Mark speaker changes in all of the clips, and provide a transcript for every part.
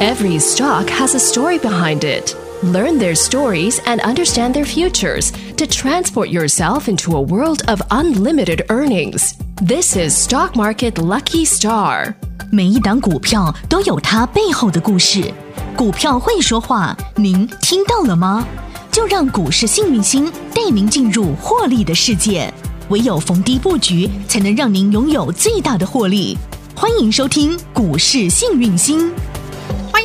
Speaker 1: Every stock has a story behind it. Learn their stories and understand their futures to transport yourself into a world of unlimited earnings. This is Stock Market Lucky Star.
Speaker 2: 每一档股票都有它背后的故事，股票会说话，您听到了吗？就让股市幸运星带您进入获利的世界，唯有逢低布局，才能让您拥有最大的获利。欢迎收听《股市幸运星》。
Speaker 3: 欢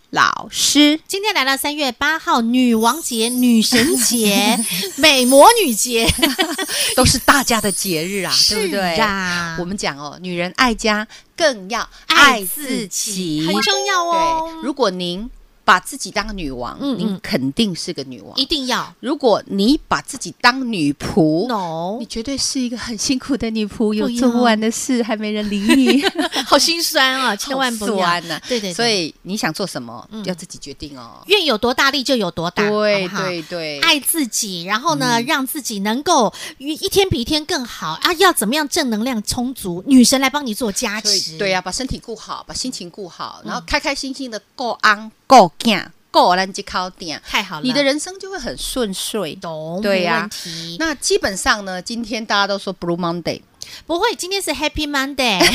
Speaker 4: 老师。
Speaker 3: 今天来到三月八号，女王节、女神节、美魔女节，
Speaker 4: 都是大家的节日啊，对不对
Speaker 3: 是？啊
Speaker 4: 我们讲哦，女人爱家更要
Speaker 3: 爱
Speaker 4: 爱
Speaker 3: 自己
Speaker 4: 自己，
Speaker 3: 很重要哦
Speaker 4: 对，如果您把自己当女王，
Speaker 3: 嗯嗯
Speaker 4: 您肯定是个女王
Speaker 3: 一。定要
Speaker 4: 如果你把自己当女仆
Speaker 3: no，
Speaker 4: 你绝对是一个很辛苦的女仆，有
Speaker 3: 一
Speaker 4: 做
Speaker 3: 样
Speaker 4: 不完的事，还没人理你。
Speaker 3: 好心酸啊，千万不
Speaker 4: 好
Speaker 3: 要
Speaker 4: 酸呐、
Speaker 3: 啊对对对
Speaker 4: 所以你想做什么，
Speaker 3: 嗯
Speaker 4: 要自己决定哦。
Speaker 3: 愿有多大力就有多大，
Speaker 4: 对
Speaker 3: 好不好
Speaker 4: 对对，
Speaker 3: 爱自己，然后
Speaker 4: 嗯
Speaker 3: 呢，让自己能够一一天比一天更好啊！要怎么样正能量充足？女神来帮你做加
Speaker 4: 所
Speaker 3: 持，
Speaker 4: 以对啊，把身体顾好，把心情顾
Speaker 3: 嗯
Speaker 4: 好，然后开开心心的够昂够干够咱这靠点，
Speaker 3: 太好了，
Speaker 4: 你的人生就会很顺遂。
Speaker 3: 懂
Speaker 4: 对
Speaker 3: 没
Speaker 4: 呀
Speaker 3: 问题。
Speaker 4: 那基本上呢，今天大家都说 Blue Monday，
Speaker 3: 不会，今天是 Happy Monday，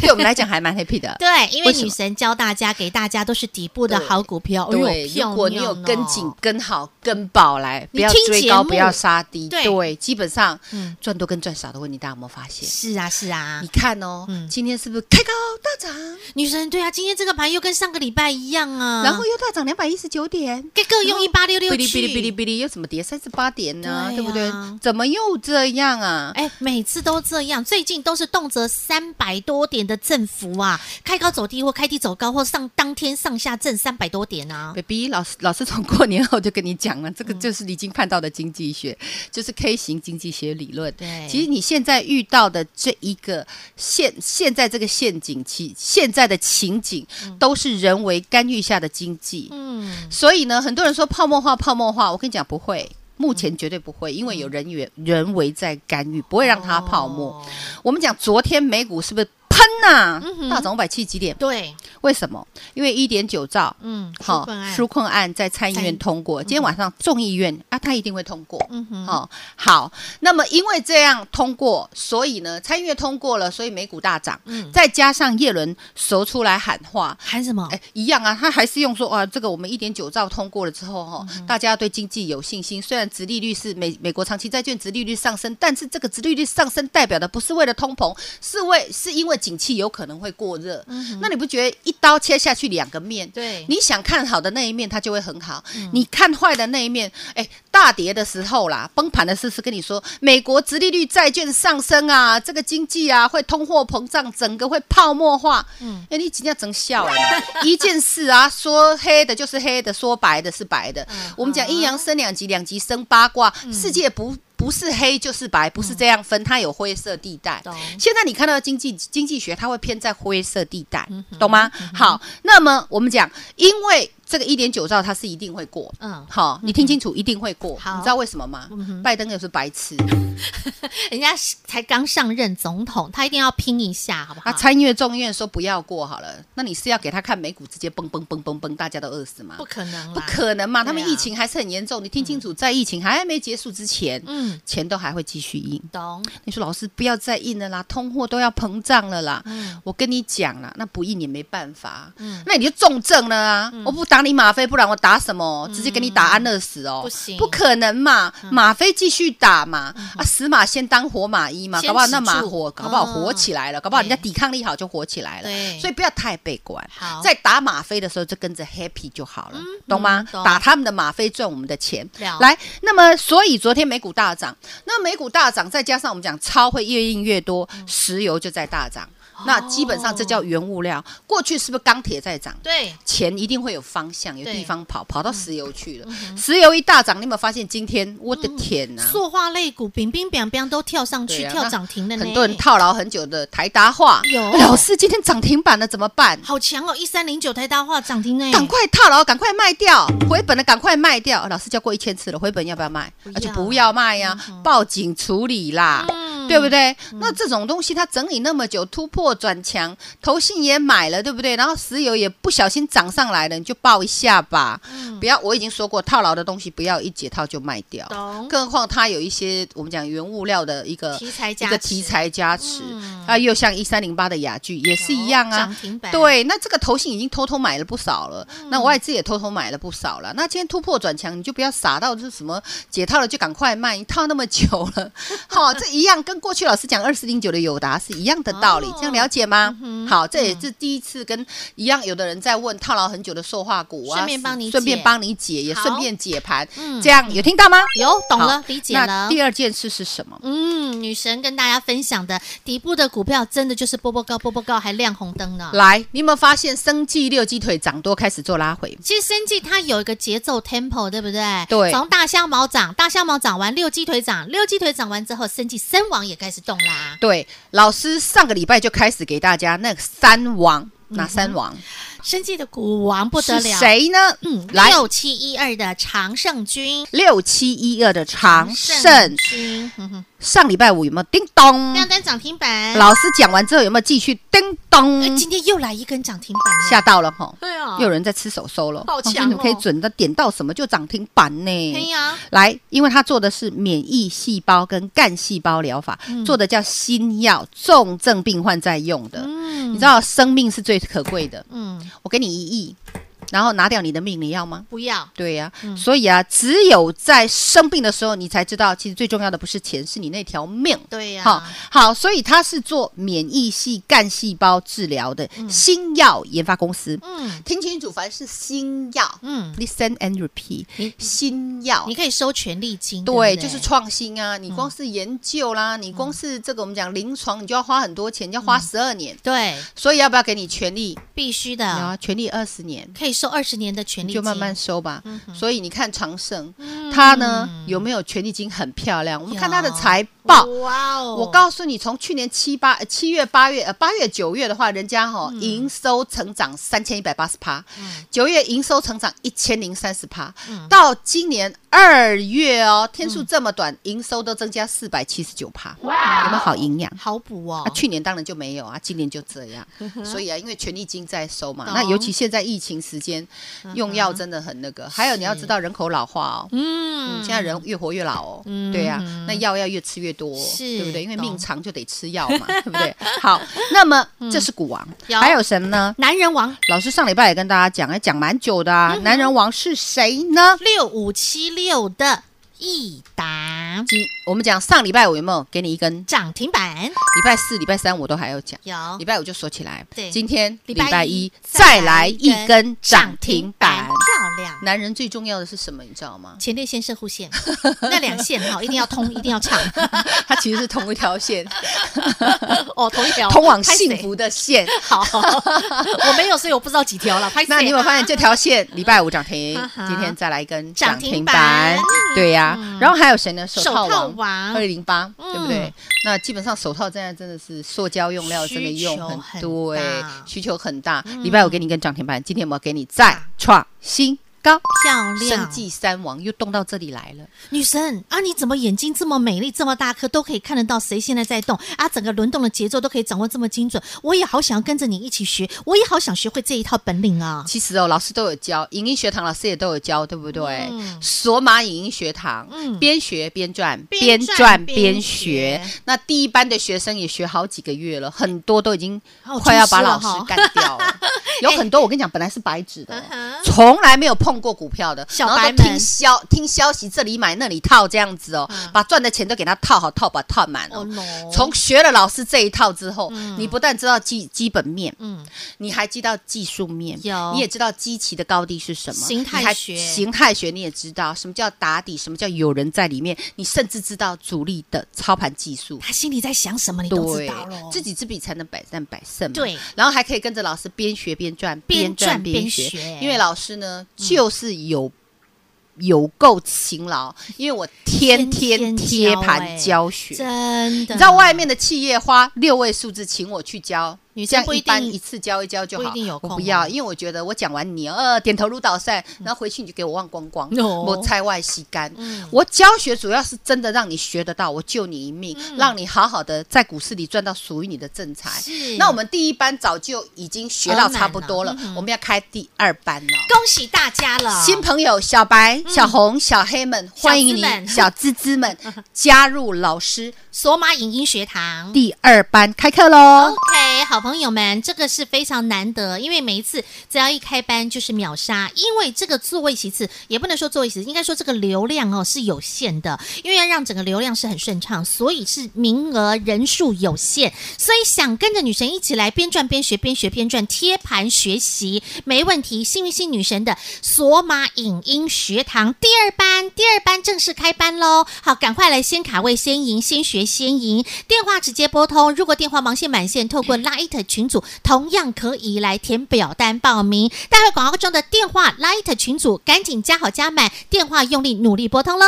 Speaker 4: 对我们来讲还蛮 happy 的。
Speaker 3: 对，因为
Speaker 4: 为什么
Speaker 3: 女神教大家，给大家都是底部的
Speaker 4: 对
Speaker 3: 好股票，哎呦
Speaker 4: 对，
Speaker 3: 漂
Speaker 4: 如果你
Speaker 3: 亮
Speaker 4: 有
Speaker 3: 哦
Speaker 4: 跟紧、跟好、跟饱来，
Speaker 3: 你
Speaker 4: 不要
Speaker 3: 听
Speaker 4: 追
Speaker 3: 节
Speaker 4: 高，
Speaker 3: 目
Speaker 4: 不要杀低。
Speaker 3: 对
Speaker 4: 对，基本上
Speaker 3: 嗯
Speaker 4: 赚多跟赚少的问题，大家有没有发现？
Speaker 3: 是啊是啊
Speaker 4: 你，看哦
Speaker 3: 嗯，
Speaker 4: 今天是不是开高大涨，
Speaker 3: 女神对啊，今天这个盘又跟上个礼拜一样啊，
Speaker 4: 然后又大涨两百一十九点？
Speaker 3: 给各用一八六
Speaker 4: 哔
Speaker 3: 六
Speaker 4: 哩哔哩哔哩
Speaker 3: 去，
Speaker 4: 哔哩又怎么跌三十八点呢？
Speaker 3: 对啊
Speaker 4: 对不对？怎么又这样啊？
Speaker 3: 哎，每次都这样，最近都是动辄三百多点的振幅啊，开高走低或开低走高，或上当天上下震三百多点啊，
Speaker 4: baby，老师老师从过年后就跟你讲了，这
Speaker 3: 嗯
Speaker 4: 个就是已经看到的经济学，就是 K 型经济学理论。
Speaker 3: 对
Speaker 4: 其实你现在遇到的这一个现现在这个陷阱期，现在的情景都是人为干预下的经济。
Speaker 3: 嗯，
Speaker 4: 所以呢，很多人说泡沫化，泡沫化，我跟你讲不会。目前绝对不会，因为有人员人为在干预，不会让它泡沫。
Speaker 3: 哦嗯
Speaker 4: 我们讲昨天美股是不是喷呐、大涨五百七几点？
Speaker 3: 对，
Speaker 4: 为什么？因为一点九兆，
Speaker 3: 嗯，纾
Speaker 4: 好、
Speaker 3: 困案
Speaker 4: 纾困案在参议
Speaker 3: 参
Speaker 4: 院通过，今天晚上众议院啊，它一定会通过。
Speaker 3: 嗯哼，
Speaker 4: 哦，好，那么因为这样通过，所以呢，参议院通过了，所以美股大涨。
Speaker 3: 嗯
Speaker 4: 再加上耶伦熟出来喊话，
Speaker 3: 喊什么？
Speaker 4: 哎，一样啊，他还是用说啊，这个我们一点九兆通过了之后哈、
Speaker 3: 嗯
Speaker 4: 大家对经济有信心。虽然殖利率是美美国长期债券殖利率上升，但是这个殖利率上升代表的不是为了通膨，是为是因为景气有可能会过热。那你不觉得一刀切下去两个面？
Speaker 3: 嗯对
Speaker 4: 你想看好的那一面，它就会很好；你看坏的那一面，哎，大跌的时候啦，崩盘的时候是跟你说，美国殖利率债券上升啊，这个经济啊会通货膨胀，整个会泡沫化。嗯，哎，你今天整笑了， 一件事啊，说黑的就是黑的，说白的是白的。我们讲阴阳生两极，两极生八卦，世界不。不是黑就是白，不是这样分，它有灰色地带
Speaker 3: 懂。
Speaker 4: 现在你看到的经济经济学，它会偏在灰色地带，
Speaker 3: 嗯
Speaker 4: 懂吗？好，那么我们讲，因为这个一点九兆它是一定会过，
Speaker 3: 嗯
Speaker 4: 好，你听清楚，一定会过。
Speaker 3: 好嗯
Speaker 4: 你知道为什么吗？拜登又是白痴，
Speaker 3: 人家是才刚上任总统，他一定要拼一下，好不好？
Speaker 4: 他参议院众议院说不要过好了，那你是要给他看美股直接蹦蹦蹦蹦蹦，大家都饿死吗
Speaker 3: 不？可能啦，啊
Speaker 4: 不可能嘛，他们
Speaker 3: 对啊
Speaker 4: 疫情还是很严重。你听清楚，在疫情还没结束之前，
Speaker 3: 嗯，
Speaker 4: 钱都还会继续印。
Speaker 3: 懂，
Speaker 4: 你说老师不要再印了啦，通货都要膨胀了啦。
Speaker 3: 嗯
Speaker 4: 我跟你讲啦，那不印也没办法，啊
Speaker 3: 嗯
Speaker 4: 那你就重症了啊！我不打你吗啡，不然我打什么？直接给你打安乐死哦，
Speaker 3: 嗯不行嗯
Speaker 4: 不可能嘛！吗啡继续打嘛，啊，死马先当活马医嘛，
Speaker 3: 先
Speaker 4: 搞不好
Speaker 3: 止
Speaker 4: 那马
Speaker 3: 住
Speaker 4: 活，搞不好活
Speaker 3: 嗯
Speaker 4: 起来了，搞不好人家
Speaker 3: 对
Speaker 4: 抵抗力好就活起来了
Speaker 3: 对，
Speaker 4: 所以不要太悲观。
Speaker 3: 好，嗯
Speaker 4: 在打吗啡的时候就跟着 happy 就好了，懂吗？
Speaker 3: 懂
Speaker 4: 打他们的吗啡赚我们的钱
Speaker 3: 了。
Speaker 4: 来，那么所以昨天美股
Speaker 3: 嗯
Speaker 4: 大涨，那美股大涨再加上我们讲超会越印越多，石油就在大涨。
Speaker 3: 哦
Speaker 4: 那基本上这叫原物料。过去是不是钢铁在涨？
Speaker 3: 对，
Speaker 4: 钱一定会有方向，有
Speaker 3: 对嗯
Speaker 4: 地方跑，跑到石油去了。石油一大涨，你有没有发现今天？我的天呐、
Speaker 3: 塑化类股冰冰冰冰都跳上嗯去，
Speaker 4: 对啊
Speaker 3: 跳涨停的呢，
Speaker 4: 很多人套牢很久的台达化，
Speaker 3: 有
Speaker 4: 老师今天涨停板了怎么办？
Speaker 3: 好强哦，一三零九台大化涨停呢，
Speaker 4: 赶快套牢，赶快卖掉，回本的赶快卖掉。老师教过一千次了，回本要不要卖？
Speaker 3: 不要啊嗯
Speaker 4: 而且不要卖呀、报警处理啦，对不对？那这种东西它整理那么久，突破转强，投信也买了，对不对？然后石油也不小心涨上来了，你就报一下吧，
Speaker 3: 嗯
Speaker 4: 不要。我已经说过，套牢的东西不要一解套就卖掉，
Speaker 3: 懂
Speaker 4: 更何况它有一些我们讲原物料的一个
Speaker 3: 题材
Speaker 4: 一
Speaker 3: 加
Speaker 4: 个
Speaker 3: 持嗯
Speaker 4: 题材加持，啊，又像一三零八的雅聚也是一样啊，
Speaker 3: 涨停板嗯
Speaker 4: 对，那这个投信已经偷偷买了不少了，那外资也偷偷买了不少了。那今天突破转强，你就不要傻到就是什么解套了就赶快卖，你套那么久 了，好、这一样跟过去老师讲二四零九的友达是一样的道理，
Speaker 3: 哦
Speaker 4: 这样了解吗？
Speaker 3: 嗯
Speaker 4: 好，这也是第一次跟一样，有的人在问套牢很久的塑化股啊，
Speaker 3: 顺便帮你
Speaker 4: 顺便
Speaker 3: 解
Speaker 4: 帮你解，也顺
Speaker 3: 好
Speaker 4: 便解盘，
Speaker 3: 嗯
Speaker 4: 这样有听到吗？
Speaker 3: 有懂了
Speaker 4: 好，
Speaker 3: 理解
Speaker 4: 那
Speaker 3: 了。
Speaker 4: 第二件事是什么？
Speaker 3: 嗯，女神跟大家分享的底部的股票，真的就是波波高，波波高还亮红灯呢。
Speaker 4: 来，你有没有发现生计六鸡腿涨多开始做拉回？
Speaker 3: 其实生计它有一个节奏 tempo，对不对？
Speaker 4: 对
Speaker 3: 从大香毛涨，大香毛涨完，六鸡腿涨，六鸡腿涨完之后，生计身王也开始动啦。
Speaker 4: 对，老师上个礼拜就开始给大家那三王，哪三王？
Speaker 3: 生计的股王嗯不得
Speaker 4: 是
Speaker 3: 了，
Speaker 4: 谁呢？
Speaker 3: 嗯，
Speaker 4: 来
Speaker 3: 六七一二的常胜军，
Speaker 4: 六七一二的长盛，
Speaker 3: 军，嗯哼
Speaker 4: 上礼拜五有没有叮咚？
Speaker 3: 亮灯涨停板，
Speaker 4: 嗯老师讲完之后有没有继续叮
Speaker 3: 哎
Speaker 4: 咚？
Speaker 3: 今天又来一根涨停板了，
Speaker 4: 吓到了吼！
Speaker 3: 对啊，
Speaker 4: 又有人在吃手收了，
Speaker 3: 好
Speaker 4: 老师
Speaker 3: 强
Speaker 4: 你们可以
Speaker 3: 哦
Speaker 4: 准的点到什么就涨停板
Speaker 3: 哎
Speaker 4: 呢？
Speaker 3: 呀，
Speaker 4: 来，因为他做的是免疫细胞跟干细胞疗法，
Speaker 3: 嗯
Speaker 4: 做的叫新药，重症病患在用的。你知道生命是最可贵的，
Speaker 3: 嗯，
Speaker 4: 我给你一亿，然后拿掉你的命，你要吗？
Speaker 3: 不要，
Speaker 4: 对呀、
Speaker 3: 嗯
Speaker 4: 所以啊，只有在生病的时候，你才知道，其实最重要的不是钱，是你那条命。
Speaker 3: 对呀，
Speaker 4: 好好，所以它是做免疫系干细胞治疗的新药研发公司。
Speaker 3: 嗯
Speaker 4: 听清楚，凡是新药、
Speaker 3: 嗯，
Speaker 4: l i s t e n and repeat，新药
Speaker 3: 你。可以收权利金，
Speaker 4: 对，
Speaker 3: 不嗯
Speaker 4: 就是创新啊！你光是研究啦，你光是这个我们讲临床，你就要花很多钱，你要
Speaker 3: 嗯
Speaker 4: 花十二年。
Speaker 3: 对，
Speaker 4: 所以要不要给你权利？
Speaker 3: 必须
Speaker 4: 你
Speaker 3: 的，
Speaker 4: 要权利二十年。
Speaker 3: 可以收二十年的啊权利
Speaker 4: 你
Speaker 3: 金，嗯
Speaker 4: 就慢慢收吧。所以你看长盛，它呢有没有权利金很漂亮？我们看它的财报。
Speaker 3: 哇哦，
Speaker 4: 我告诉你，从去年七八呃七月、八月、呃八月、九月的话，人家哈、营收成长三千一百八十趴，九月营收成长一千零三十趴，到今年二月哦，天数这么短，营收都增加四百七十九趴，有没有好营养？
Speaker 3: 好补哦
Speaker 4: 啊，，去年当然就没有啊，今年就这样。所以啊，因为权利金在收嘛，
Speaker 3: 嗯懂嗯
Speaker 4: 那尤其现在疫情时间，用药真的很那个。还有你要知道人口老化哦，嗯，
Speaker 3: 嗯
Speaker 4: 现在人越活越老哦，对呀、啊，那药要越吃越多哦、
Speaker 3: 是
Speaker 4: 对不对？因为
Speaker 3: 懂嗯
Speaker 4: 命长就得吃药 嘛，对不对？好，那么这是股王，
Speaker 3: 有
Speaker 4: 还有什么呢？
Speaker 3: 男人王
Speaker 4: 老师上礼拜也跟大家讲，哎，讲蛮久的
Speaker 3: 嗯
Speaker 4: 啊。男人王是谁呢？
Speaker 3: 六五七六的益达
Speaker 4: 今我们讲上礼拜我有没有给你一根？礼
Speaker 3: 涨停板
Speaker 4: 拜四、礼拜三我都还有讲。
Speaker 3: 有
Speaker 4: 礼。拜五就锁起来。
Speaker 3: 哦对
Speaker 4: 今天
Speaker 3: 礼
Speaker 4: 礼
Speaker 3: 拜
Speaker 4: 拜
Speaker 3: 一
Speaker 4: 一
Speaker 3: 再
Speaker 4: 再
Speaker 3: 来
Speaker 4: 来
Speaker 3: 一
Speaker 4: 一
Speaker 3: 根
Speaker 4: 根
Speaker 3: 涨
Speaker 4: 涨
Speaker 3: 停
Speaker 4: 停
Speaker 3: 板，
Speaker 4: 板。
Speaker 3: 漂亮。？
Speaker 4: 男人最重要的是什么？你知道吗
Speaker 3: 前列腺、射护腺 那两线哈，一定要通，一定要 畅。
Speaker 4: 它其实是同一条线，
Speaker 3: 哦，同一条
Speaker 4: 通往幸。福的线。
Speaker 3: 拍谁好， 我没有，所以我不知道几条了。拍谁
Speaker 4: 那你有没有发现这条线礼拜五涨停
Speaker 3: 啊哈，
Speaker 4: 今天再来一根
Speaker 3: 涨
Speaker 4: 涨
Speaker 3: 停
Speaker 4: 停
Speaker 3: 板
Speaker 4: 板？对呀。然后还有谁呢？手套
Speaker 3: 手套
Speaker 4: 王
Speaker 3: 王
Speaker 4: 二零八，
Speaker 3: 嗯
Speaker 4: 对不对？那基本上手套现在真的是塑胶用料，真的用
Speaker 3: 需
Speaker 4: 很
Speaker 3: 求
Speaker 4: 多
Speaker 3: 很
Speaker 4: 哎
Speaker 3: 大，
Speaker 4: 需求很大。礼拜五给你一根涨停板，今天有没有给你再创新高？
Speaker 3: 漂
Speaker 4: 生
Speaker 3: 亮
Speaker 4: 计三王又动到这里来了。
Speaker 3: 女神啊？你怎么眼睛这么美丽，这么大颗，都可以看得到谁现在在动啊？整个轮动的节奏都可以掌握这么精准，我也好想跟着你一起学，我也好想学会这一套本领 啊！
Speaker 4: 其实哦，老师都有教，影音学堂老师也都有教，对不对？
Speaker 3: 嗯
Speaker 4: 索马影音学堂，边学边赚，
Speaker 3: 边
Speaker 4: 边
Speaker 3: 赚
Speaker 4: 赚
Speaker 3: 边
Speaker 4: 边
Speaker 3: 学
Speaker 4: 学。那第一班的学生也学好几个月了，很多都已经
Speaker 3: 好有
Speaker 4: 快要把
Speaker 3: 知识了
Speaker 4: 老师
Speaker 3: 哈
Speaker 4: 干掉了。有很多我跟你讲，本来是白纸的哦，
Speaker 3: 嗯哼
Speaker 4: 从来没有碰过股票的，
Speaker 3: 小
Speaker 4: 然后
Speaker 3: 白
Speaker 4: 都
Speaker 3: 们
Speaker 4: 听消听消息，这里买那里套这样子哦，把赚的钱都给他套好，套把套满
Speaker 3: 嗯哦
Speaker 4: 哦
Speaker 3: no。
Speaker 4: 从学了老师这一套之后，你不但知道基基本面，
Speaker 3: 嗯
Speaker 4: 你还知道技术面
Speaker 3: 有，
Speaker 4: 你也知道基期的高低是什么，
Speaker 3: 形态
Speaker 4: 你还
Speaker 3: 学
Speaker 4: 形态学你也知道什么叫打底，什么叫有人在里面，你甚至知道主力的操盘技术。
Speaker 3: 他心里在想什么，你都知
Speaker 4: 对哦
Speaker 3: 道了，。
Speaker 4: 知己知彼才能百战百胜嘛。
Speaker 3: 对，
Speaker 4: 然后还可以跟着老师边学边赚，
Speaker 3: 边赚边
Speaker 4: 学
Speaker 3: 学嗯
Speaker 4: 因为老师呢就是有有够勤劳，因为我天
Speaker 3: 天天
Speaker 4: 天贴
Speaker 3: 教哎
Speaker 4: 盘教学，
Speaker 3: 真的，
Speaker 4: 你知道外面的企业花六位数字请我去教，
Speaker 3: 女生
Speaker 4: 这样
Speaker 3: 不一定
Speaker 4: 般一次教一教就好，
Speaker 3: 不一定有空哦嗯
Speaker 4: 我不要，因为我觉得我讲完你呃点头如捣蒜，然后回去你就给我忘光光，
Speaker 3: 哦嗯
Speaker 4: 我拆外吸干。我教学主要是真的让你学得到，我救你一命，
Speaker 3: 嗯
Speaker 4: 让你好好的在股市里赚到属于你的正财。
Speaker 3: 是啊
Speaker 4: 那我们第一班早就已经学到
Speaker 3: 当然
Speaker 4: 差不多了，
Speaker 3: 嗯
Speaker 4: 我们要开第二班了。
Speaker 3: 恭喜大家了，
Speaker 4: 新朋友小白、小红、小黑们，欢迎
Speaker 3: 嗯小资
Speaker 4: 你
Speaker 3: 们，
Speaker 4: 小滋滋们 加入老师
Speaker 3: 索马影音学堂。
Speaker 4: 第二班开课喽！
Speaker 3: OK，好朋友们，这个是非常难得，因为每一次只要一开班就是秒杀，因为这个座位席次也不能说座位席次，应该说这个流量哦是有限的，因为要让整个流量是很顺畅，所以是名额人数有限，所以想跟着女神一起来边赚边学，边学边赚，贴盘学习没问题。幸运星女神的索马影音学堂第二班，第二班正式开班喽！好，赶快来先卡位，先赢，先学，先赢。电话直接拨通，如果电话忙线满线，透过 Light 群组同样可以来填表单报名。待会广告中的电话 Light 群组，赶紧加好加满，电话用力努力拨通喽！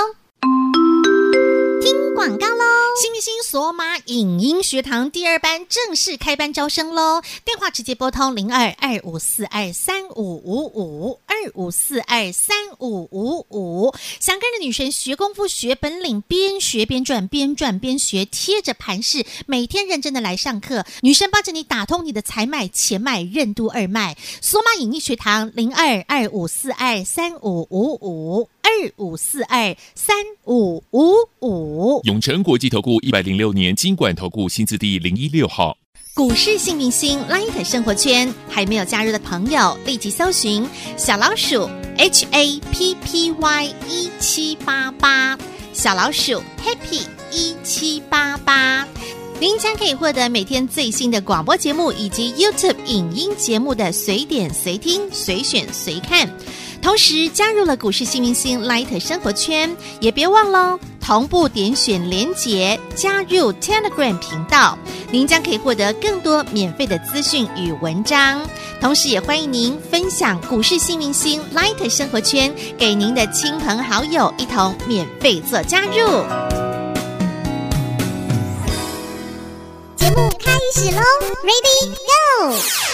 Speaker 3: 听广告喽！新明星索马影音学堂第二班正式开班招生喽！电话直接拨通零二二五四二三五五五二五四二三五五五。想跟着女神学功夫、学本领，边学边赚，边赚边学，贴着盘势，每天认真的来上课。女神帮着你打通你的财脉、钱脉、任督二脉。索马影音学堂零二二五四二三五五五二五四二三五五五。
Speaker 5: 永诚国际投顾一百零六年金管投顾新字第零一六号。
Speaker 3: 股市新明星 Light 生活圈还没有加入的朋友，立即搜寻小老鼠 HAPPY 一七八八，小老鼠 Happy 一七八八。您将可以获得每天最新的广播节目以及 YouTube 影音节目的随点随听、随选随看。同时加入了股市新明星 Light 生活圈，也别忘了哦同步点选连结加入 Telegram 频道，您将可以获得更多免费的资讯与文章。同时，也欢迎您分享股市新明星 Light 生活圈给您的亲朋好友，一同免费做加入。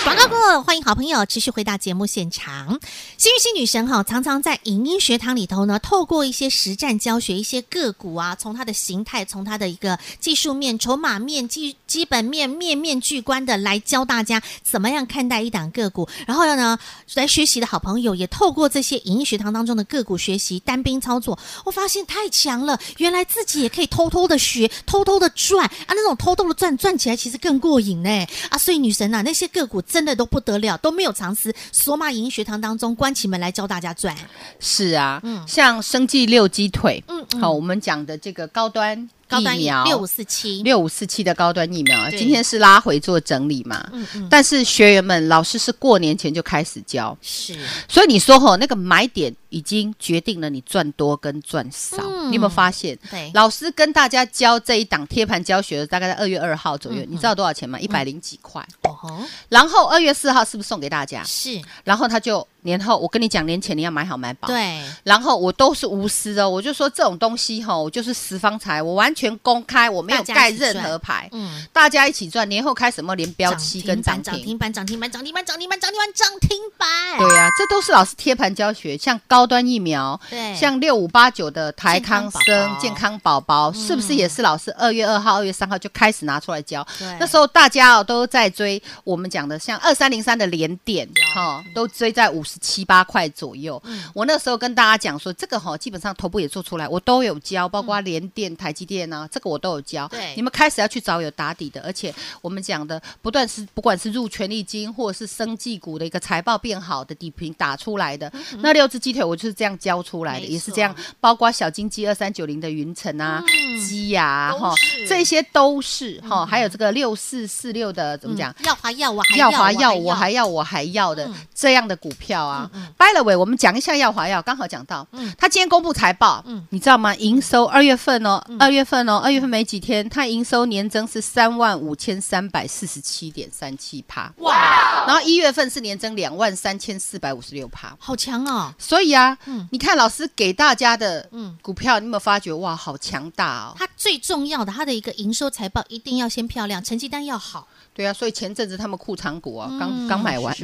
Speaker 3: 广告过后，欢迎好朋友持续回到节目现场。幸运星女神哈、常常在影音学堂里头呢，透过一些实战教学，一些个股啊，从它的形态，从它的一个技术面、筹码面、基基本面，面面俱观的来教大家怎么样看待一档个股。然后呢，来学习的好朋友也透过这些影音学堂当中的个股学习单兵操作，我发现太强了，原来自己也可以偷偷的学，偷偷的赚啊，那种偷偷的赚赚起来其实更过瘾呢啊！所以女神呐、那些个股真的都不得了，都没有常识。索马营学堂当中关起门来教大家赚，
Speaker 4: 是啊，像生技六鸡腿，
Speaker 3: 嗯
Speaker 4: 嗯，
Speaker 3: 嗯
Speaker 4: 好，我们讲的这个高端
Speaker 3: 高端
Speaker 4: 疫苗
Speaker 3: 六五四七，
Speaker 4: 六五四七的高端疫苗，啊
Speaker 3: 对
Speaker 4: 今天是拉回做整理嘛，
Speaker 3: 嗯嗯，
Speaker 4: 但是学员们，老师是过年前就开始教，
Speaker 3: 是
Speaker 4: 所以你说吼，那个买点已经决定了你赚多跟赚少，
Speaker 3: 嗯
Speaker 4: 你有没有发现？
Speaker 3: 对，
Speaker 4: 老师跟大家教这一档贴盘教学，大概在二月二号左
Speaker 3: 嗯
Speaker 4: 右，你知道多少钱吗？一百零几块。
Speaker 3: 哦吼，
Speaker 4: 然后二月四号是不是送给大家？
Speaker 3: 是
Speaker 4: 然后他就年后，我跟你讲，年前你要买好买饱。
Speaker 3: 对，
Speaker 4: 然后我都是无私的，我就说这种东西吼，我就是十方财，我完全公开，我没有
Speaker 3: 大家
Speaker 4: 盖
Speaker 3: 一起赚
Speaker 4: 任何牌，
Speaker 3: 嗯，
Speaker 4: 大家一起赚。年后开什么连标期跟涨
Speaker 3: 板嗯涨
Speaker 4: 停，
Speaker 3: 停板涨停板涨停板涨停板涨停板涨停板，
Speaker 4: 对啊，这都是老师贴盘教学，像高端疫苗，
Speaker 3: 对
Speaker 4: 像六五八九的台康生
Speaker 3: 健
Speaker 4: 健康宝宝，
Speaker 3: 嗯
Speaker 4: 是不是也是老师二月二号、二月三号就开始拿出来教
Speaker 3: 对？
Speaker 4: 那时候大家哦都在追我们讲的，像二三零三的连电哈、哦都追在五十七八块左右。
Speaker 3: 嗯
Speaker 4: 我那时候跟大家讲说，这个哈、基本上头部也做出来，我都有教，包括联电、台积电啊，这个我都有教。
Speaker 3: 对
Speaker 4: 你们开始要去找有打底的，而且我们讲的不断是不管是入权利金或者是生技股的一个财报变好的底品打出来
Speaker 3: 嗯
Speaker 4: 的。那六只鸡腿我就是这样教出来的，
Speaker 3: 没
Speaker 4: 也是
Speaker 3: 错嗯
Speaker 4: 这样，包括小金鸡二三九零的云层啊、鸡呀啊
Speaker 3: 都
Speaker 4: 哈
Speaker 3: 是，
Speaker 4: 这些都是哈，还有这个六四四六的怎么讲？
Speaker 3: 要华要我嗯还
Speaker 4: 耀
Speaker 3: 要
Speaker 4: 华
Speaker 3: 要
Speaker 4: 耀，我还要我还要的
Speaker 3: 嗯
Speaker 4: 这样的股票啊。By the way，我们讲一下耀华耀，刚好讲到，他今天公布财报
Speaker 3: 嗯，
Speaker 4: 你知道吗？营收二月份哦，二月份哦，二月份没几天，它营收年增是三万五千三百四十七点三七趴，
Speaker 3: 哇，哦
Speaker 4: 然后一月份是年增两万三千四百五十六趴。
Speaker 3: 好强哦！
Speaker 4: 所以啊，
Speaker 3: 嗯
Speaker 4: 你看老师给大家的
Speaker 3: 嗯
Speaker 4: 股票，你有没有发觉哇，好强大哦？
Speaker 3: 它最重要的，它的一个营收财报一定要先漂亮，成绩单要好。
Speaker 4: 对啊，所以前阵子他们库藏股啊，刚
Speaker 3: 嗯
Speaker 4: 刚买完，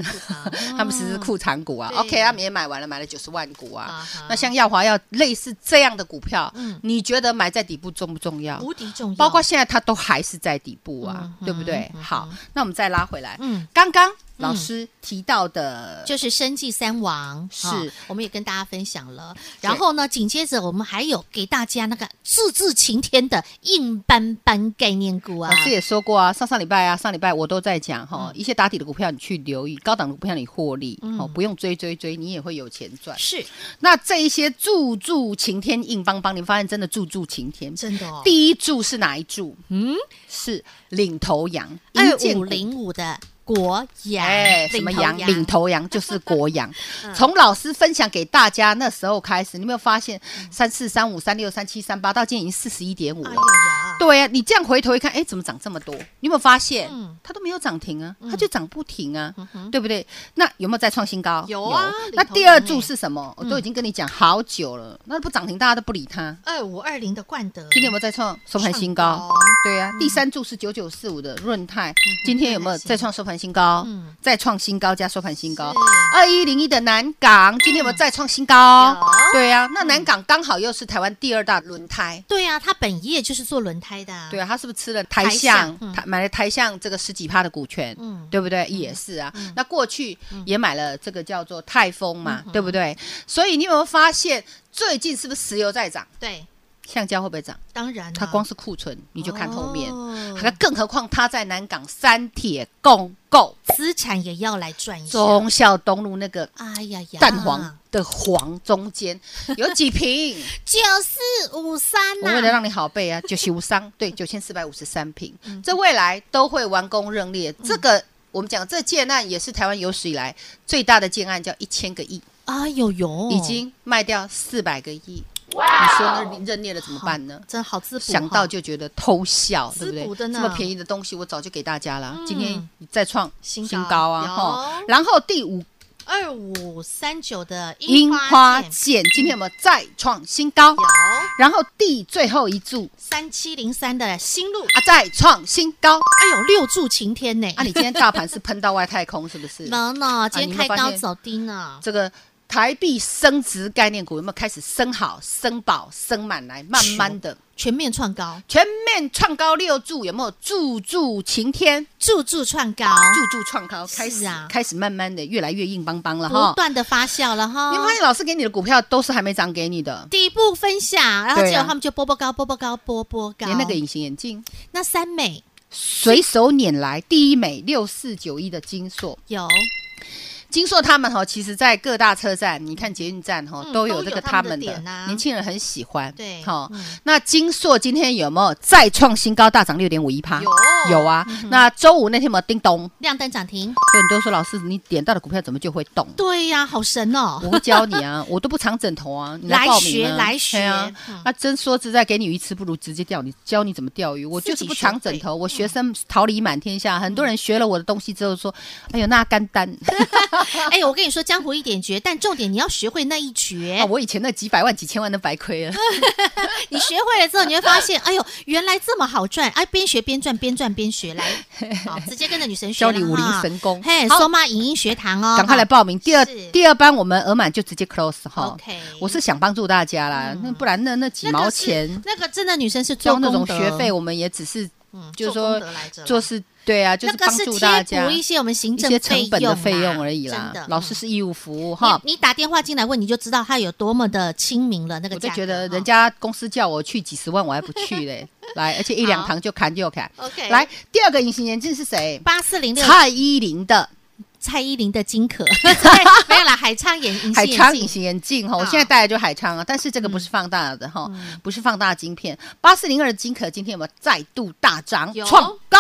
Speaker 4: 他们实施库藏股啊，OK，
Speaker 3: 对
Speaker 4: 他们也买完了，买了九十万股啊
Speaker 3: 啊哈。
Speaker 4: 那像耀华要类似这样的股票
Speaker 3: 嗯，
Speaker 4: 你觉得买在底部重不重要？
Speaker 3: 无敌重要，
Speaker 4: 包括现在它都还是在底部啊
Speaker 3: 嗯，哼
Speaker 4: 对不对
Speaker 3: 嗯？哼
Speaker 4: 好，那我们再拉回来，
Speaker 3: 嗯，
Speaker 4: 刚刚老师提到的，
Speaker 3: 就是生计三王
Speaker 4: 是
Speaker 3: 啊我们也跟大家分享了。然后呢，紧接着我们还有给大家那个字字晴天的硬邦邦概念股啊
Speaker 4: 老，师也说过啊，上上礼拜啊，上礼拜我都在讲哈，
Speaker 3: 嗯
Speaker 4: 一些打底的股票你去留意，高档的股票你获利，哦，不用追追追，你也会有钱赚。
Speaker 3: 是
Speaker 4: 那这一些柱柱擎天硬邦邦，你发现真的柱柱擎天。
Speaker 3: 真的哦。
Speaker 4: 第一柱是哪一柱？嗯，是领头羊，
Speaker 3: 二
Speaker 4: 银建
Speaker 3: 哎五
Speaker 4: 股
Speaker 3: 零五的国阳，
Speaker 4: 哎，什
Speaker 3: 领
Speaker 4: 么
Speaker 3: 头嗯
Speaker 4: 羊？领头羊就是国羊。 从老师分享给大家那时候开始，你有没有发现三四三五三六三七三八到今天已经四十一点五
Speaker 3: 嗯哎呀？
Speaker 4: 了
Speaker 3: 呀，
Speaker 4: 对呀、啊，你这样回头一看，哎，怎么涨这么多？你有没有发现，
Speaker 3: 嗯
Speaker 4: 它都没有涨停啊，它就涨不停啊，对不对？那有没有再创新高？
Speaker 3: 有啊
Speaker 4: 那
Speaker 3: 领头
Speaker 4: 第二
Speaker 3: 羊
Speaker 4: 柱
Speaker 3: 哎
Speaker 4: 是什么？我都已经跟你讲好久了，那不涨停大家都不理它。
Speaker 3: 二五二零的冠德，
Speaker 4: 今天有没有再创收盘新高
Speaker 3: 创高？嗯
Speaker 4: 对啊，第三柱是九九四五的润泰，今天有没有再创收盘新高
Speaker 3: 嗯？
Speaker 4: 再创新高加收盘新高
Speaker 3: 是。嗯
Speaker 4: 二一零一的南港，今天有没有再创新高？
Speaker 3: 有嗯
Speaker 4: 对啊，那南港刚好又是台湾第二大轮胎。
Speaker 3: 对啊，他本业就是做轮胎的、啊，
Speaker 4: 对啊，他是不是吃了台
Speaker 3: 台象
Speaker 4: 象
Speaker 3: 嗯？
Speaker 4: 他买了台象这个十几趴的股权，
Speaker 3: 嗯
Speaker 4: 对不对？也是啊。那过去也买了这个叫做泰丰嘛，
Speaker 3: 嗯
Speaker 4: 对不对？所以你有没有发现最近是不是石油在涨，
Speaker 3: 对，
Speaker 4: 橡胶会不会涨？
Speaker 3: 当然啊、
Speaker 4: 它光是库存，你就看后面。
Speaker 3: 哦
Speaker 4: 还更何况它在南港三铁共购
Speaker 3: 资产也要来赚一下。
Speaker 4: 忠孝东路那个
Speaker 3: 哎呀呀，
Speaker 4: 蛋黄的黄中间有几瓶，
Speaker 3: 九四五三
Speaker 4: 我为了
Speaker 3: 呐，
Speaker 4: 让你 好背啊，九十五商对九千四百五十三瓶，
Speaker 3: 嗯
Speaker 4: 这未来都会完工认列。这个我们讲这建案也是台湾有史以来最大的建案，叫一千个亿，
Speaker 3: 哎呦呦，
Speaker 4: 已经卖掉四百个亿。你说那认列了怎么办呢？
Speaker 3: 真哦好滋补哈，
Speaker 4: 想到就觉得偷笑，对
Speaker 3: 滋
Speaker 4: 不对
Speaker 3: 补的？呢
Speaker 4: 这么便宜的东西，我早就给大家了。
Speaker 3: 嗯
Speaker 4: 今天再创
Speaker 3: 新
Speaker 4: 新
Speaker 3: 高
Speaker 4: 高啊！
Speaker 3: 有
Speaker 4: 哈，然后第五
Speaker 3: 二五三九的
Speaker 4: 樱花
Speaker 3: 剑
Speaker 4: 剑，今天有没有再创新高？
Speaker 3: 有
Speaker 4: 然后第最后一柱
Speaker 3: 三七零三的新路，
Speaker 4: 啊，再创新高
Speaker 3: 哎呦，六柱擎天呢，
Speaker 4: 啊！你今天大盘是喷到外太空，是 不是？
Speaker 3: 能呢，今
Speaker 4: 你
Speaker 3: 天开
Speaker 4: 有没有发
Speaker 3: 高啊
Speaker 4: 现
Speaker 3: 走低呢，
Speaker 4: 这个台币升值概念股有没有开始升好、升饱、升满来？慢慢的
Speaker 3: 全面创高，
Speaker 4: 全面创高六柱，有没有柱柱擎天？
Speaker 3: 柱柱创高，
Speaker 4: 柱柱创高，开
Speaker 3: 是
Speaker 4: 始、
Speaker 3: 啊
Speaker 4: 开始慢慢的越来越硬邦邦了
Speaker 3: 不
Speaker 4: 哈。
Speaker 3: 断的发酵了哈
Speaker 4: 你。发现老师给你的股票都是还没涨给你的，
Speaker 3: 底部分享，然后
Speaker 4: 对啊
Speaker 3: 结果他们就波波高，波波高，波波高。
Speaker 4: 连那个隐形眼镜
Speaker 3: 那三美
Speaker 4: 随手拈来，第一美六四九一的金硕，
Speaker 3: 有
Speaker 4: 金硕他们哈，其实在各大车站，你看捷运站哈
Speaker 3: 嗯
Speaker 4: 都有
Speaker 3: 都
Speaker 4: 这
Speaker 3: 有
Speaker 4: 个
Speaker 3: 他
Speaker 4: 他
Speaker 3: 们
Speaker 4: 们
Speaker 3: 的
Speaker 4: 的
Speaker 3: 点啊，
Speaker 4: 年轻人很喜欢，
Speaker 3: 对
Speaker 4: 哈
Speaker 3: 嗯。
Speaker 4: 那金硕今天有没有再创新高，大涨六点五一趴？
Speaker 3: 有嗯
Speaker 4: 有啊。那周五那天有没有叮咚？
Speaker 3: 亮灯涨停，
Speaker 4: 所以你都说老师，你点到的股票怎么就会 动？
Speaker 3: 对呀，好神哦
Speaker 4: 我！会教你啊，我都不藏枕头啊，你
Speaker 3: 来
Speaker 4: 报名啊
Speaker 3: 来学
Speaker 4: 对
Speaker 3: 来
Speaker 4: 啊
Speaker 3: 学嗯，
Speaker 4: 那、真说实在，给你鱼吃不如直接钓你，教你怎么钓鱼。我
Speaker 3: 自己嗯
Speaker 4: 就是不藏枕头，我学生桃李满天下，很多人学了我的东西之后说，
Speaker 3: 嗯
Speaker 4: 哎呦那干 单，
Speaker 3: 哎，我跟你说，江湖一点绝，但重点你要学会那一绝。
Speaker 4: 啊我以前那几百万几千万都白亏了。
Speaker 3: 你学会了之后，你会发现，哎呦，原来这么好赚！哎，边学边赚，边赚边学，来， 好，直接跟着女神学
Speaker 4: 教
Speaker 3: 了
Speaker 4: 你武林
Speaker 3: 哈
Speaker 4: 神功
Speaker 3: 嘿，
Speaker 4: 好
Speaker 3: 索马影音学堂哦，
Speaker 4: 赶快来报名，第二
Speaker 3: 是
Speaker 4: 第二班我们额满就直接 close 哈。
Speaker 3: OK
Speaker 4: 我是想帮助大家啦，那不然那那几
Speaker 3: 那个
Speaker 4: 毛
Speaker 3: 是
Speaker 4: 钱
Speaker 3: 那个真的女生是做
Speaker 4: 交那
Speaker 3: 功
Speaker 4: 种
Speaker 3: 德
Speaker 4: 学费，，我们也只是
Speaker 3: 嗯
Speaker 4: 就是
Speaker 3: 做功
Speaker 4: 说
Speaker 3: 德来着啦
Speaker 4: 做事对啊，就
Speaker 3: 那
Speaker 4: 是
Speaker 3: 个
Speaker 4: 帮
Speaker 3: 是
Speaker 4: 助大
Speaker 3: 贴
Speaker 4: 家
Speaker 3: 补一些我们行
Speaker 4: 一
Speaker 3: 政
Speaker 4: 些成本的
Speaker 3: 费
Speaker 4: 费
Speaker 3: 用啦
Speaker 4: 用而已啦
Speaker 3: 真的。嗯
Speaker 4: 老师是义务服务哈
Speaker 3: 你。你打电话进来问，你就知道它有多么的嗯亲民了。那个
Speaker 4: 我就
Speaker 3: 价
Speaker 4: 觉
Speaker 3: 格
Speaker 4: 得
Speaker 3: 哈
Speaker 4: 人家公司叫我去几十万，我还不去 嘞。来，而且一两堂就砍就砍。
Speaker 3: OK
Speaker 4: 来第二个隐形眼镜是谁？
Speaker 3: 八四零六
Speaker 4: 蔡依林的
Speaker 3: 蔡依林的金 壳，对没有啦，海昌眼隐
Speaker 4: 海
Speaker 3: 形
Speaker 4: 昌
Speaker 3: 眼
Speaker 4: 隐
Speaker 3: 镜。
Speaker 4: 形眼镜哈，我
Speaker 3: 啊嗯
Speaker 4: 现在戴的就海昌啊，但是这个不是放大的哈，不是放大晶片。八四零二的金可今天有没有再度大涨
Speaker 3: 有嗯
Speaker 4: 创高？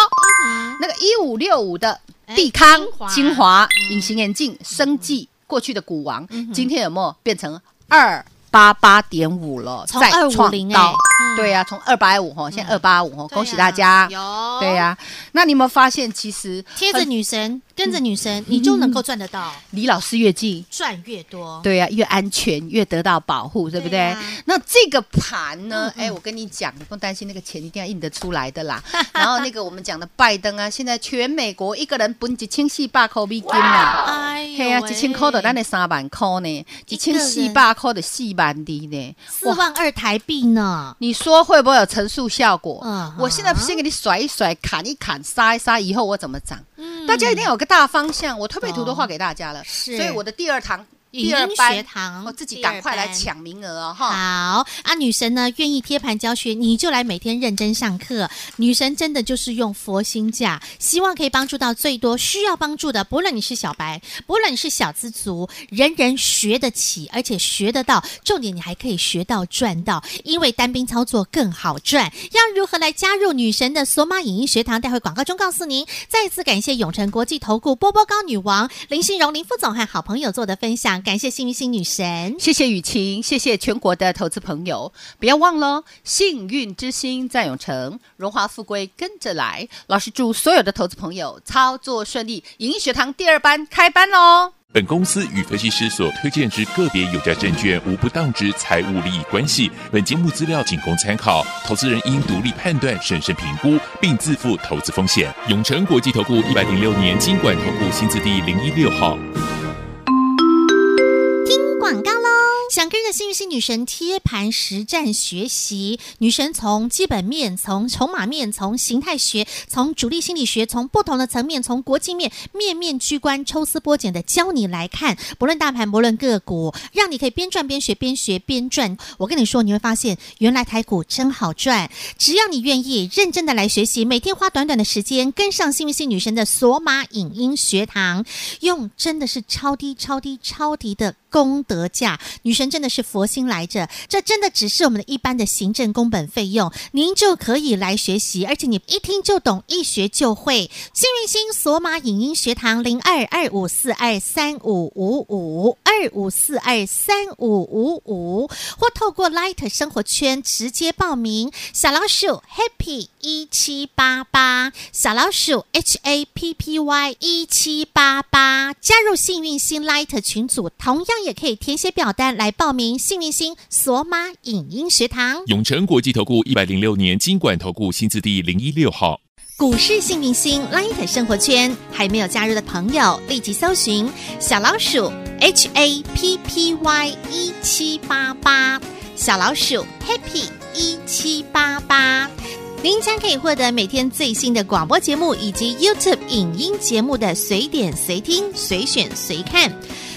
Speaker 4: 那个一五六五的帝康
Speaker 3: 哎精华
Speaker 4: 精华隐形眼镜生技过去的股王，
Speaker 3: 嗯
Speaker 4: 今天有没有变成二？八八点五了，
Speaker 3: 从
Speaker 4: 再
Speaker 3: 250
Speaker 4: 创
Speaker 3: 哎
Speaker 4: 高
Speaker 3: 嗯
Speaker 4: 对呀，从二百五哈，现在二八五哈，
Speaker 3: 对
Speaker 4: 恭喜
Speaker 3: 啊
Speaker 4: 大家。
Speaker 3: 有
Speaker 4: 对呀，那你有没有发现，其实
Speaker 3: 贴着
Speaker 4: 很
Speaker 3: 女神，跟着女神，你就能够赚得到，
Speaker 4: 离老师越近，
Speaker 3: 赚越多。
Speaker 4: 嗯对呀、越安全越得到保护，对不对？
Speaker 3: 哦对呀嗯
Speaker 4: 那这个盘呢？哎、我跟你讲，你不用担心，那个钱一定要印得出来的 啦。然后那个我们讲的拜登啊，现在全美国一个人分一千四百块美金啦、
Speaker 3: 哎呦
Speaker 4: 嘿呀、啊，一千块的咱
Speaker 3: 喂
Speaker 4: 的三万块呢，一
Speaker 3: 一
Speaker 4: 千
Speaker 3: 个
Speaker 4: 四
Speaker 3: 人
Speaker 4: 百块的四万的呢，
Speaker 3: 四万二台币呢，
Speaker 4: 你说会不会有乘数效果？
Speaker 3: 嗯
Speaker 4: 我现在先给你甩一甩，砍一砍，杀一杀，以后我怎么涨？大家一定要有个大方向。我推背图都画给大家了，
Speaker 3: 嗯是
Speaker 4: 所以我的第二堂、
Speaker 3: 影
Speaker 4: 第二
Speaker 3: 音
Speaker 4: 班哦
Speaker 3: 学堂
Speaker 4: 我自己
Speaker 3: 第二
Speaker 4: 赶快来
Speaker 3: 班
Speaker 4: 抢名额哦，哈。
Speaker 3: 好啊，女神呢愿意贴盘教学，你就来每天认真上课。女神真的就是用佛心价，希望可以帮助到最多需要帮助的，不论你是小白，不论你是小资族，人人学得起，而且学得到。重点你还可以学到赚到，因为单兵操作更好赚。要如何来加入女神的索马影音学堂？待会广告中告诉您。再次感谢永诚国际投顾波波高女王林信荣林副总和好朋友做的分享，感谢幸运星女神。
Speaker 4: 谢谢雨晴，谢谢全国的投资朋友，不要忘了哦，幸运之星在永城，荣华富贵跟着来。老师祝所有的投资朋友操作顺利，盈学堂第二班开班哦喽！
Speaker 5: 本公司与分析师所推荐之个别有价证券无不当之财务利益关系。本节目资料仅供参考，投资人应独立判断、审慎评估，并自负投资风险。永诚国际投顾一百零六年经管投顾新字第零一六号。
Speaker 3: 广告喽！想跟着幸运星女神贴盘实战学习，女神从基本面、从筹码面、从形态学、从主力心理学、从不同的层面、从国际面，面面俱观，抽丝剥茧的教你来看，不论大盘，不论个股，让你可以边赚边学，边学边赚。我跟你说，你会发现原来台股真好赚，只要你愿意认真的来学习，每天花短短的时间跟上幸运星女神的索马影音学堂，用真的是超低、超低、超低的功德价，女神真的是佛心来着，这真的只是我们的一般的行政工本费用，您就可以来学习，而且你一听就懂，一学就会。幸运星索马影音学堂零二二五四二三五五五二五四二三五五五，或透过 Light 生活圈直接报名，小老鼠 Happy 一七八八，小老鼠 H A P P Y 一七八八，加入幸运星 Light 群组，同样也可以填写表单来报名幸运星索马影音学堂。
Speaker 5: 永诚国际投顾一百零六年经管投顾新字第零一六号。
Speaker 3: 股市幸运星 Light 生活圈还没有加入的朋友，立即搜寻小老鼠 H A P P Y 一七八八，小老鼠 Happy 一七八八。您将可以获得每天最新的广播节目以及 YouTube 影音节目的随点随听、随选随看。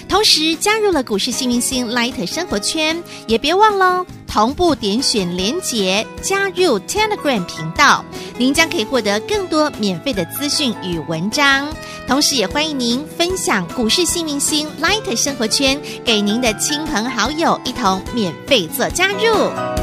Speaker 3: 同时加入了股市幸运星 Light 生活圈，也别忘了哦同步点选连结加入 Telegram 频道，您将可以获得更多免费的资讯与文章。同时，也欢迎您分享股市幸运星 Light 生活圈给您的亲朋好友，一同免费做加入。